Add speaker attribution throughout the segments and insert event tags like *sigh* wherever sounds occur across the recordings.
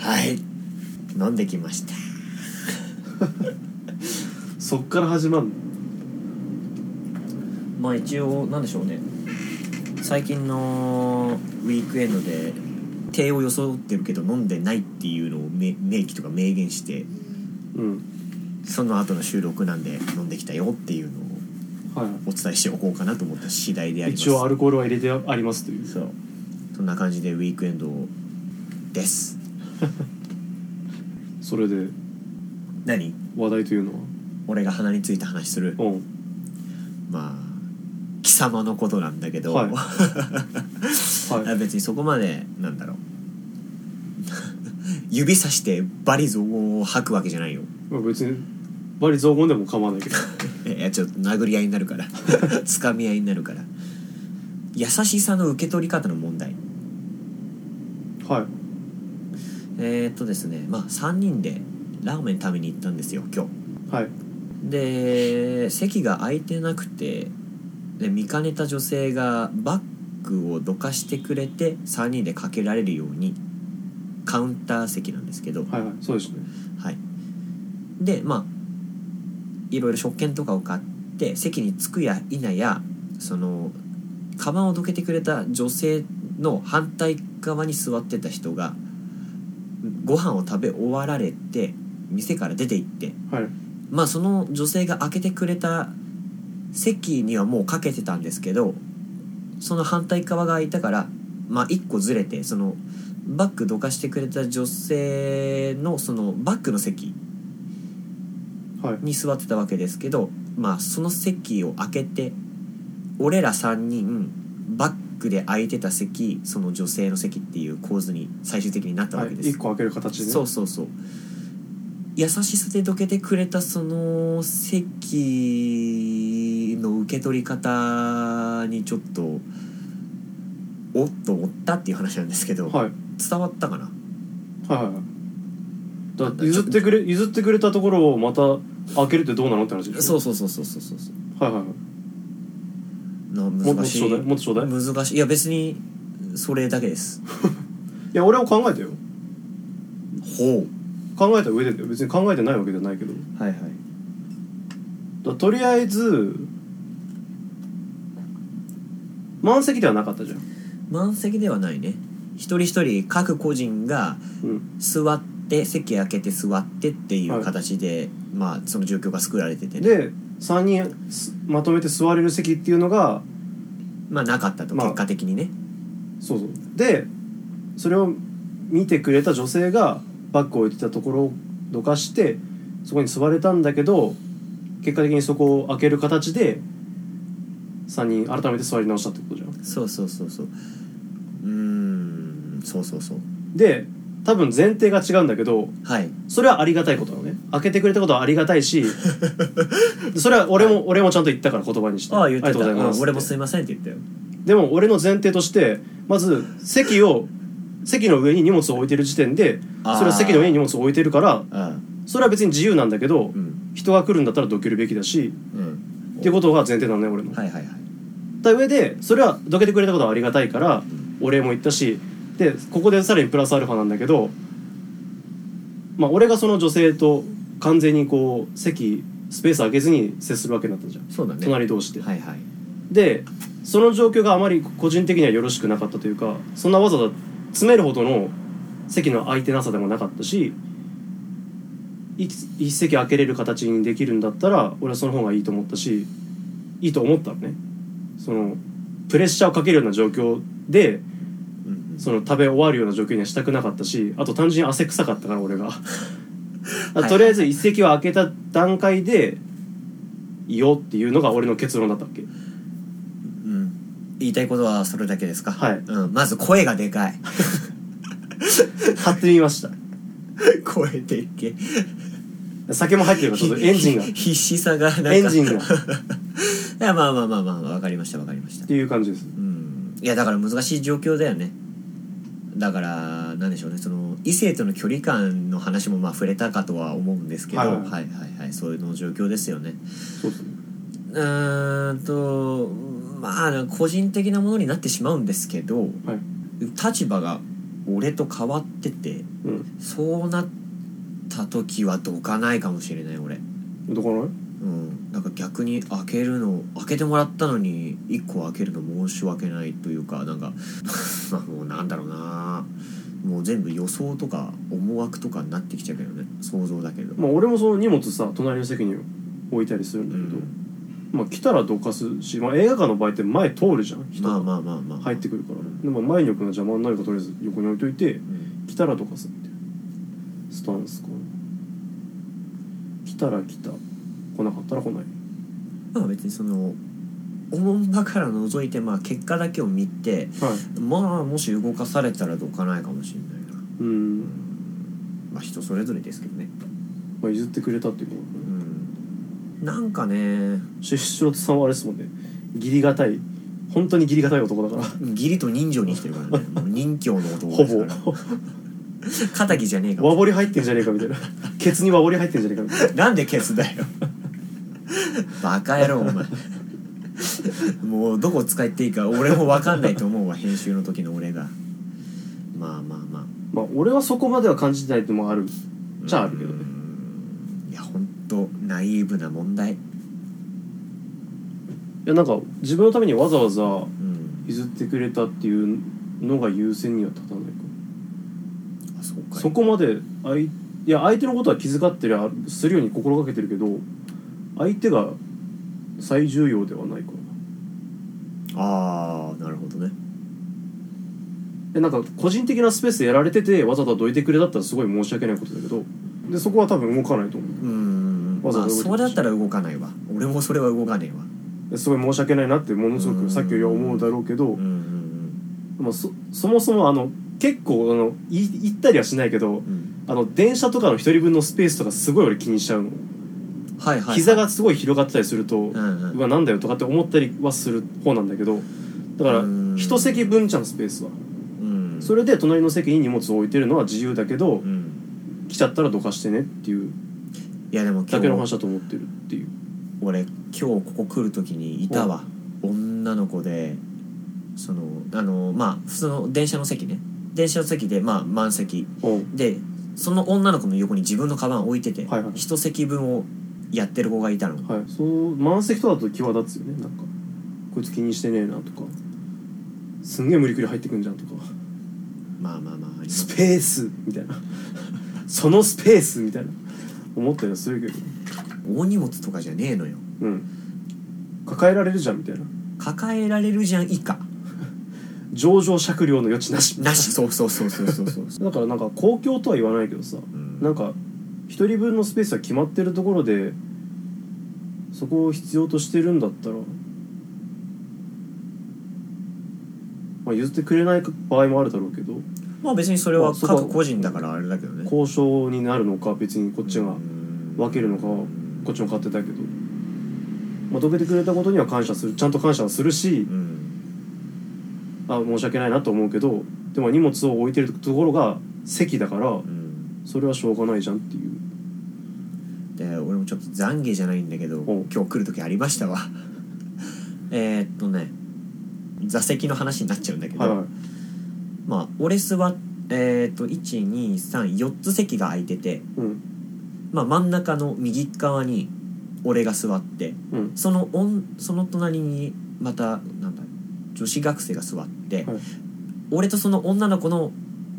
Speaker 1: はい飲んできました
Speaker 2: そっから始まる
Speaker 1: まあ一応なんでしょうね最近のウィークエンドで手を装ってるけど飲んでないっていうのをめ明記とか明言して
Speaker 2: うん
Speaker 1: その後の収録なんで飲んできたよっていうのを
Speaker 2: は
Speaker 1: お伝えしておこうかなと思った次第であ
Speaker 2: い
Speaker 1: ります
Speaker 2: 一応アルコールは入れてありますという
Speaker 1: そうそんな感じでウィークエンドです
Speaker 2: それで
Speaker 1: 何
Speaker 2: 話題というのは
Speaker 1: 俺が鼻についた話する
Speaker 2: うん
Speaker 1: まあ貴様のことなんだけど、
Speaker 2: はい
Speaker 1: *laughs* あ
Speaker 2: はい
Speaker 1: 別にそこまでなんだろう *laughs* 指さしてバリ像を吐くわけじゃないよ
Speaker 2: まあ別にバリ雑言でも構わないけど
Speaker 1: いやちょっと殴り合いになるから *laughs* つかみ合いになるから優しさの受け取り方の問題
Speaker 2: はい
Speaker 1: えー、っとですねまあ3人でラーメン食べに行ったんですよ今日
Speaker 2: はい
Speaker 1: で席が空いてなくてで見かねた女性がバッグをどかしてくれて3人でかけられるようにカウンター席なんですけど、
Speaker 2: はいはいそうですね
Speaker 1: はい、でまあいろいろ食券とかを買って席に着くや否やそのカバンをどけてくれた女性の反対側に座ってた人がご飯を食べ終わられて店から出て行って
Speaker 2: はい
Speaker 1: まあその女性が開けてくれた席にはもうかけてたんですけどその反対側が空いたからまあ一個ずれてそのバッグどかしてくれた女性のそのバッグの席
Speaker 2: はい
Speaker 1: に座ってたわけですけどまあその席を開けて俺ら3人バッグで空いてた席その女性の席っていう構図に最終的になったわ
Speaker 2: はい
Speaker 1: けです
Speaker 2: 1。個開ける形でね
Speaker 1: そうそうそう優しさでどけてくれたその席の受け取り方にちょっとおっとおったっていう話なんですけど、
Speaker 2: はい
Speaker 1: 伝わったかな
Speaker 2: はいはいだって譲ってくれ譲ってくれたところをまた開けるってどうなのって話でしょ
Speaker 1: そうそうそうそうそうそうそう
Speaker 2: はいはいはい
Speaker 1: な
Speaker 2: も
Speaker 1: 難しい
Speaker 2: もっとちょうだいもっとちょうだい
Speaker 1: 難しいいや別にそれだけです
Speaker 2: いや俺も考えたよ
Speaker 1: ほ
Speaker 2: 考えた上でだよ別に考えてないわけじゃないけどだか
Speaker 1: うはいはい
Speaker 2: らとりあえず満席ではなかったじゃん
Speaker 1: 満席ではないね一人一人各個人が
Speaker 2: うん
Speaker 1: 座って席開けて座ってっていう形で、まあその状況が作られててね
Speaker 2: で3人すまとめて座れる席っていうのが
Speaker 1: まあなかったと
Speaker 2: まあ
Speaker 1: 結果的にね、
Speaker 2: そうそうでそれを見てくれた女性がバッグを置いてたところをどかしてそこに座れたんだけど結果的にそこを開ける形で3人改めて座り直したってことじゃん
Speaker 1: そうそうそうそううーんそうそうそう
Speaker 2: で多分前提が違うんだけど
Speaker 1: はい
Speaker 2: それはありがたいことなのね開けてくれたことはありがた
Speaker 1: *laughs*
Speaker 2: いしそれは俺も、俺もちゃんと言ったから言葉にして
Speaker 1: ああ言って
Speaker 2: り
Speaker 1: た
Speaker 2: がとうございま
Speaker 1: う
Speaker 2: す
Speaker 1: ん俺もす
Speaker 2: って
Speaker 1: いませんって言ったよ
Speaker 2: でも俺の前提としてまず席を席の上に荷物を置いてる時点で
Speaker 1: あー
Speaker 2: それは席の上に荷物を置いてるから
Speaker 1: あ
Speaker 2: それは別に自由なんだけど
Speaker 1: うん
Speaker 2: 人が来るんだったらどけるべきだし
Speaker 1: うん
Speaker 2: っていうことが前提なのね俺の。
Speaker 1: はいはいはい
Speaker 2: だ上でそれはどけてくれたことはありがたいからお礼も言ったしでここでさらにプラスアルファなんだけど、まあ、俺がその女性と完全にこう席スペース空けずに接するわけになったじゃん、
Speaker 1: そうだね
Speaker 2: 隣同士で。
Speaker 1: はいはい
Speaker 2: でその状況があまり個人的にはよろしくなかったというかそんなわざわざ詰めるほどの席の空いてなさでもなかったしい一席空けれる形にできるんだったら俺はその方がいいと思ったしいいと思ったのねそのプレッシャーをかけるような状況で
Speaker 1: うん
Speaker 2: その食べ終わるような状況にはしたくなかったしあと単純に汗臭かったから俺
Speaker 1: *laughs*
Speaker 2: が
Speaker 1: はい
Speaker 2: とりあえず一席を空けた段階でいいよっていうのが俺の結論だった
Speaker 1: *laughs*
Speaker 2: っけ
Speaker 1: うん、うん、言いたいことはそれだけですか
Speaker 2: はい
Speaker 1: うん、まず声がで
Speaker 2: *laughs*
Speaker 1: かい
Speaker 2: 貼ってみました
Speaker 1: 声でっけ
Speaker 2: 酒も入ってるからちょ
Speaker 1: *laughs*
Speaker 2: っとエンジンが
Speaker 1: 必死さがなんか
Speaker 2: エンジンがっ
Speaker 1: いやまあまあまあまあまあわかりましたわかりました
Speaker 2: ていう感じです
Speaker 1: うんいやだから難しい状況だよねだからなんでしょうねその異性との距離感の話もまあ触れたかとは思うんですけど、は
Speaker 2: はいい
Speaker 1: は
Speaker 2: はい
Speaker 1: いはい、そういうの状況ですよね
Speaker 2: そうですね
Speaker 1: うーんとまあ個人的なものになってしまうんですけど、立場が俺と変わってて
Speaker 2: うん
Speaker 1: そうなった時はどかないかもしれない俺。
Speaker 2: どこの
Speaker 1: うん、なんか逆に開けるの開けてもらったのに1個開けるの申し訳ないというかなんか *laughs* まあもうなんだろうなもう全部予想とか思惑とかになってきちゃうけどね想像だけど、
Speaker 2: まあ俺もその荷物さ隣の席に置いたりするん
Speaker 1: う
Speaker 2: だけど、
Speaker 1: ん、
Speaker 2: まあ来たらどかすし、まあ、映画館の場合って前通るじゃん人
Speaker 1: まあ
Speaker 2: が
Speaker 1: まあまあまあ
Speaker 2: 入ってくるから、でも前に置くのは邪魔になるからとりあえず横に置いといて
Speaker 1: うん
Speaker 2: 来たらどかすっていうスタンスかな来たら来た来なかったら来ない
Speaker 1: まあ別にそのおもんばから覗いてまあ結果だけを見て
Speaker 2: はい
Speaker 1: まあもし動かされたらどかないかもしれないな
Speaker 2: うん、
Speaker 1: まあ人それぞれですけどね
Speaker 2: まあ、譲ってくれたっていうのは
Speaker 1: うんなんかね
Speaker 2: し白田さんはあれですもんね義理がたい本当に義理がたい男だから
Speaker 1: 義理と人情にしてる
Speaker 2: *laughs*
Speaker 1: からねもう任侠の男
Speaker 2: ほ
Speaker 1: ですから
Speaker 2: ぼ
Speaker 1: 仇じゃねえか
Speaker 2: 和
Speaker 1: も
Speaker 2: 彫り入ってんじゃねえかみたいなケツに和彫り入ってんじゃねえかみたいな
Speaker 1: なんで消すだよバカ野郎お
Speaker 2: *laughs*
Speaker 1: 前もうどこ使っていいか俺も分かんないと思うわ編集の時の俺がまあまあまあ
Speaker 2: まあ俺はそこまでは感じてないってのもあるじゃああるけ
Speaker 1: う
Speaker 2: どね
Speaker 1: んいやほんとナイーブな問題
Speaker 2: いやなんか自分のためにわざわざ
Speaker 1: うん
Speaker 2: 譲ってくれたっていうのが優先には立たないか
Speaker 1: あそうかい
Speaker 2: そこまであいいや相手のことは気遣ってりゃするように心がけてるけど相手が最重要ではないかな
Speaker 1: ああなるほどね
Speaker 2: えなんか個人的なスペースやられててわざとどいてくれだったらすごい申し訳ないことだけどでそこは多分動かないと思
Speaker 1: うん
Speaker 2: わざ
Speaker 1: ま
Speaker 2: わ
Speaker 1: あ
Speaker 2: ざ動いてほしい
Speaker 1: それだったら動かないわ俺もそれは動かねえわ
Speaker 2: うですごい申し訳ないなってものすご
Speaker 1: うん
Speaker 2: くさっきよりは思うだろうけど、
Speaker 1: うんうん
Speaker 2: まあ、そそもそもあの結構あのい行ったりはしないけど
Speaker 1: うんうん
Speaker 2: あの電車とかの一人分のスペースとかすごい俺気にしちゃうの、
Speaker 1: はいはい
Speaker 2: 膝がすごい広がってたりすると、
Speaker 1: う
Speaker 2: うん
Speaker 1: うん
Speaker 2: わなんだよとかって思ったりはする方なんだけどだから
Speaker 1: うん
Speaker 2: 一席分じゃんスペースは
Speaker 1: うん
Speaker 2: それで隣の席に荷物を置いてるのは自由だけど、
Speaker 1: うん
Speaker 2: 来ちゃったらどかしてねっていう
Speaker 1: いやでも
Speaker 2: だけの
Speaker 1: 今
Speaker 2: 話
Speaker 1: 日
Speaker 2: だと思ってるっていう
Speaker 1: 俺今日ここ来る時にいたわ女の子でそのあのまあ普通の電車の席ね電車の席でまあ満席
Speaker 2: うん
Speaker 1: でその女の子の横に自分のカバン置いてて、
Speaker 2: はいはい
Speaker 1: 一席分をやってる子がいたの
Speaker 2: はい、そう満席とだと際立つよねなんかこいつ気にしてねえなとかすんげえ無理くり入ってくんじゃんとか
Speaker 1: まあまあまあ
Speaker 2: スペースみたいな *laughs* そのスペースみたいな思ったりはするけど
Speaker 1: 大荷物とかじゃねえのよ
Speaker 2: うん抱えられるじゃんみたいな
Speaker 1: 抱えられるじゃん以下
Speaker 2: 情状酌量の余地なし
Speaker 1: な
Speaker 2: *laughs*
Speaker 1: しそうそうそうそうそうそう
Speaker 2: だからなんか公共とは言わないけどさ
Speaker 1: *laughs* うん
Speaker 2: なんか一人分のスペースは決まってるところでそこを必要としてるんだったら、まあ、譲ってくれない場合もあるだろうけど
Speaker 1: まあ別にそれは
Speaker 2: まあそこは
Speaker 1: 各個人だからあれだけどね
Speaker 2: 交渉になるのか別にこっちが分けるのかはこっちの勝手だけど、まあ、どけてくれたことには感謝するちゃんと感謝はするし
Speaker 1: うん
Speaker 2: あ申し訳ないなと思うけどでも荷物を置いてるところが席だから
Speaker 1: うん
Speaker 2: それはしょうがないじゃんっていう
Speaker 1: で俺もちょっと懺悔じゃないんだけど
Speaker 2: お
Speaker 1: 今日来る時ありましたわ *laughs* えーっとね座席の話になっちゃうんだけど、
Speaker 2: はいはい
Speaker 1: まあ俺座っえーっと1234つ席が空いてて、
Speaker 2: うん
Speaker 1: まあ、真ん中の右側に俺が座って
Speaker 2: うん
Speaker 1: そのおんその隣にまたなんだ女子学生が座って、
Speaker 2: はい
Speaker 1: 俺とその女の子の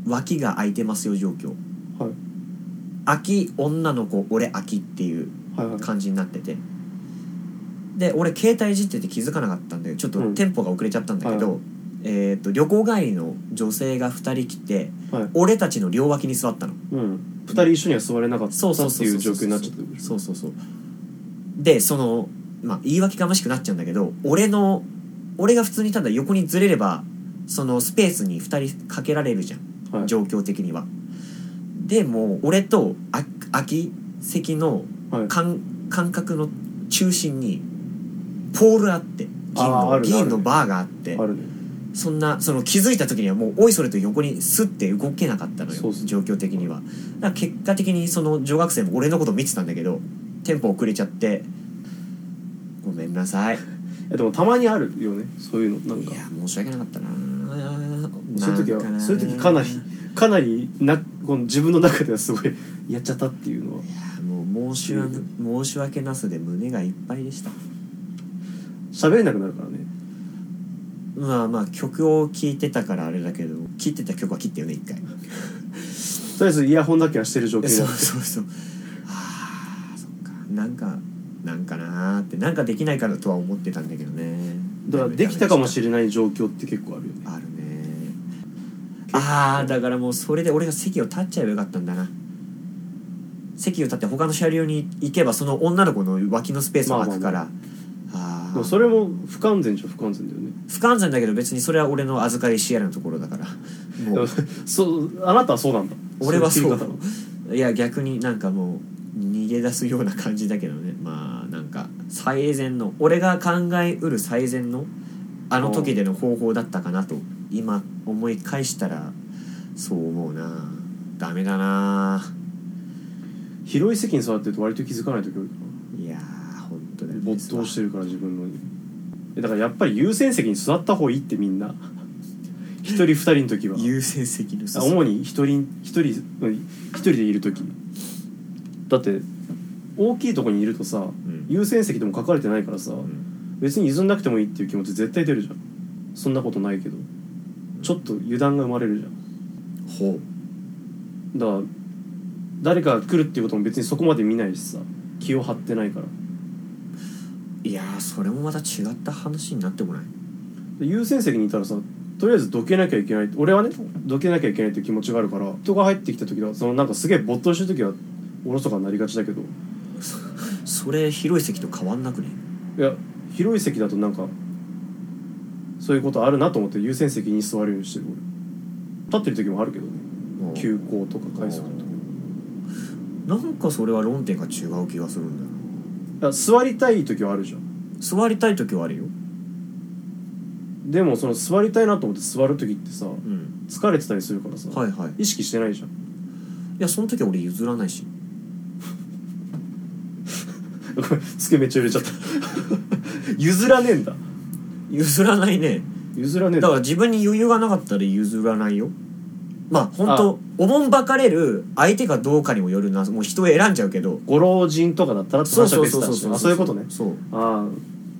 Speaker 1: 脇が空いてますよ状況
Speaker 2: はい
Speaker 1: 空き女の子俺空きっていう
Speaker 2: はいはい
Speaker 1: 感じになっててで俺携帯いじってて気づかなかったんでちょっと
Speaker 2: うん
Speaker 1: テンポが遅れちゃったんだけど、
Speaker 2: は
Speaker 1: えー、と旅行帰りの女性が2人来て
Speaker 2: はい
Speaker 1: 俺たちの両脇に座ったの
Speaker 2: うん、2人一緒には座れなかった
Speaker 1: そうそう
Speaker 2: っ
Speaker 1: そ
Speaker 2: て
Speaker 1: う
Speaker 2: い
Speaker 1: そうう
Speaker 2: 状況になっちゃっ
Speaker 1: そ
Speaker 2: てる
Speaker 1: うそうそうそうでそのまあ言い訳がましくなっちゃうんだけど俺の俺が普通にただ横にずれればそのスペースに2人かけられるじゃん
Speaker 2: はい
Speaker 1: 状況的には、でもう俺とあ空き席の
Speaker 2: はい
Speaker 1: 感感覚の中心にポールあって銀
Speaker 2: あーあ
Speaker 1: の
Speaker 2: るね
Speaker 1: 銀のバーがあって
Speaker 2: あるね
Speaker 1: そんなその気づいた時にはもうおいそれと横にスッて動けなかったのよ
Speaker 2: そうそう
Speaker 1: 状況的にはだから結果的にその女学生も俺のこと見てたんだけどテンポ遅れちゃってごごめんなさいい
Speaker 2: やでもたまにあるよねそういうのなんか
Speaker 1: や申し訳なかったな
Speaker 2: そういう時
Speaker 1: なん
Speaker 2: は
Speaker 1: な
Speaker 2: そういう時かなりかなりなこの自分の中ではすごいやっちゃったっていうのはい
Speaker 1: やもう申し訳申し訳なすで胸がいっぱいでした
Speaker 2: 喋れなくなるからね
Speaker 1: まあまあ曲を聴いてたからあれだけど聴いてた曲は切ってよね一回
Speaker 2: とりあえずイヤホンだけはしてる状況に
Speaker 1: そ
Speaker 2: な
Speaker 1: う
Speaker 2: って
Speaker 1: そうそうあーそっかなんかなんかなーってなんかできないからとは思ってたんだけどね
Speaker 2: だからできたかもし
Speaker 1: れ
Speaker 2: れない状況って結構あるよね
Speaker 1: ないあるねああだからもうそれで俺が席を立っちゃえばよかったんだな席を立って他の車両に行けばその女の子の脇のスペースも空くから、あ
Speaker 2: で
Speaker 1: あ
Speaker 2: もそれも不完全じゃ不完全だよね
Speaker 1: 不完全だけど別にそれは俺の預かりシエラのところだからも
Speaker 2: でも
Speaker 1: う
Speaker 2: *laughs* そうあなたはそうなんだ
Speaker 1: 俺はそう
Speaker 2: いう切り方はい
Speaker 1: や逆になんかもう逃げ出すような感じだけどねまあなんか最善の俺が考えうる最善のあの時での方法だったかなと今思い返したらそう思うなダメだな
Speaker 2: 広い席に座ってると割と気づかない時多いから
Speaker 1: いやー本当だよね
Speaker 2: 没頭してるから自分のにえだからやっぱり優先席に座った方がいいってみんな *laughs* 一人二人の時は
Speaker 1: 優先席の
Speaker 2: あ
Speaker 1: 裾
Speaker 2: 主に一人一人うん一人でいる時だって大きいとこにいるとさ
Speaker 1: うん
Speaker 2: 優先席でも書かれてないからさ
Speaker 1: うん
Speaker 2: 別に譲んなくてもいいっていう気持ち絶対出るじゃんそんなことないけどちょっと油断が生まれるじゃん
Speaker 1: ほう
Speaker 2: だから誰かが来るっていうことも別にそこまで見ないしさ気を張ってないから
Speaker 1: いやーそれもまた違った話になってこない
Speaker 2: で優先席にいたらさとりあえずどけなきゃいけない俺はねどけなきゃいけないっていう気持ちがあるから人が入ってきた時はそのなんかすげえ没頭してる時はおろそかになりがちだけど
Speaker 1: それ広い席と変わんなくね
Speaker 2: いや広い席だとなんかそういうことあるなと思って優先席に座るようにしてる俺立ってる時もあるけどね
Speaker 1: もう
Speaker 2: 急行とか快速とか
Speaker 1: なんかそれは論点が違う気がするんだよない
Speaker 2: や座りたい時はあるじゃん
Speaker 1: 座りたい時はあるよ
Speaker 2: でもその座りたいなと思って座る時ってさ
Speaker 1: うん
Speaker 2: 疲れてたりするからさ、
Speaker 1: はいはいい
Speaker 2: 意識してないじゃん
Speaker 1: やその時は俺譲らないし
Speaker 2: ごめんつけめっちゃ入れちゃった *laughs* 譲らねえんだ
Speaker 1: 譲らないね
Speaker 2: 譲らねえん
Speaker 1: だから自分に余裕がなかったら譲らないよまあ本当おもんばかれる相手がどうかにもよるなもう人を選んじゃうけど
Speaker 2: ご老人とかだったらって
Speaker 1: そう
Speaker 2: 話は
Speaker 1: そう
Speaker 2: 別
Speaker 1: そう
Speaker 2: だ
Speaker 1: そう
Speaker 2: し
Speaker 1: そ
Speaker 2: あ
Speaker 1: う
Speaker 2: そういうことね
Speaker 1: そう
Speaker 2: ああ、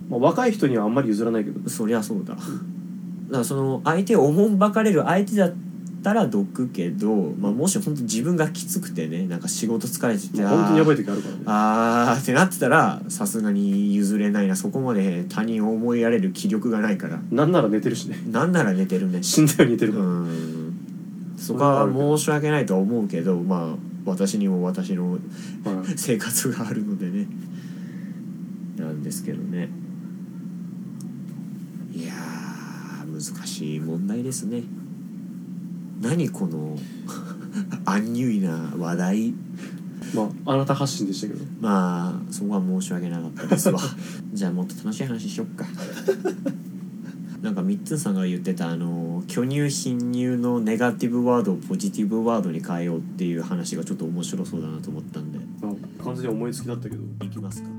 Speaker 2: まあ、若い人にはあんまり譲らないけど
Speaker 1: そりゃそうだだからその相手をおもんばかれる相手だったらどくけど、まあ、もし本当自分がきつくてねなんか仕事疲れてて
Speaker 2: 本当にやば
Speaker 1: い
Speaker 2: い時あるからね
Speaker 1: あーってなってたらさすがに譲れないなそこまで他人を思いやれる気力がないから
Speaker 2: なんなら寝てるしね
Speaker 1: なんなら寝てるね
Speaker 2: 死んだように寝て
Speaker 1: う
Speaker 2: るから、
Speaker 1: んそこは申し訳ないとは思うけどまあ私にも私の
Speaker 2: はい
Speaker 1: 生活があるのでねなんですけどねいやー難しい問題ですね何この *laughs* 安入いな話題
Speaker 2: まああなた発信でしたけど
Speaker 1: まあそこは申し訳なかったですわじゃあもっと楽しい話しよっかなんかみっつんさんが言ってたあの巨乳貧乳のネガティブワードをポジティブワードに変えようっていう話がちょっと面白そうだなと思ったんで
Speaker 2: あ完全に思いつきだったけど
Speaker 1: いきますか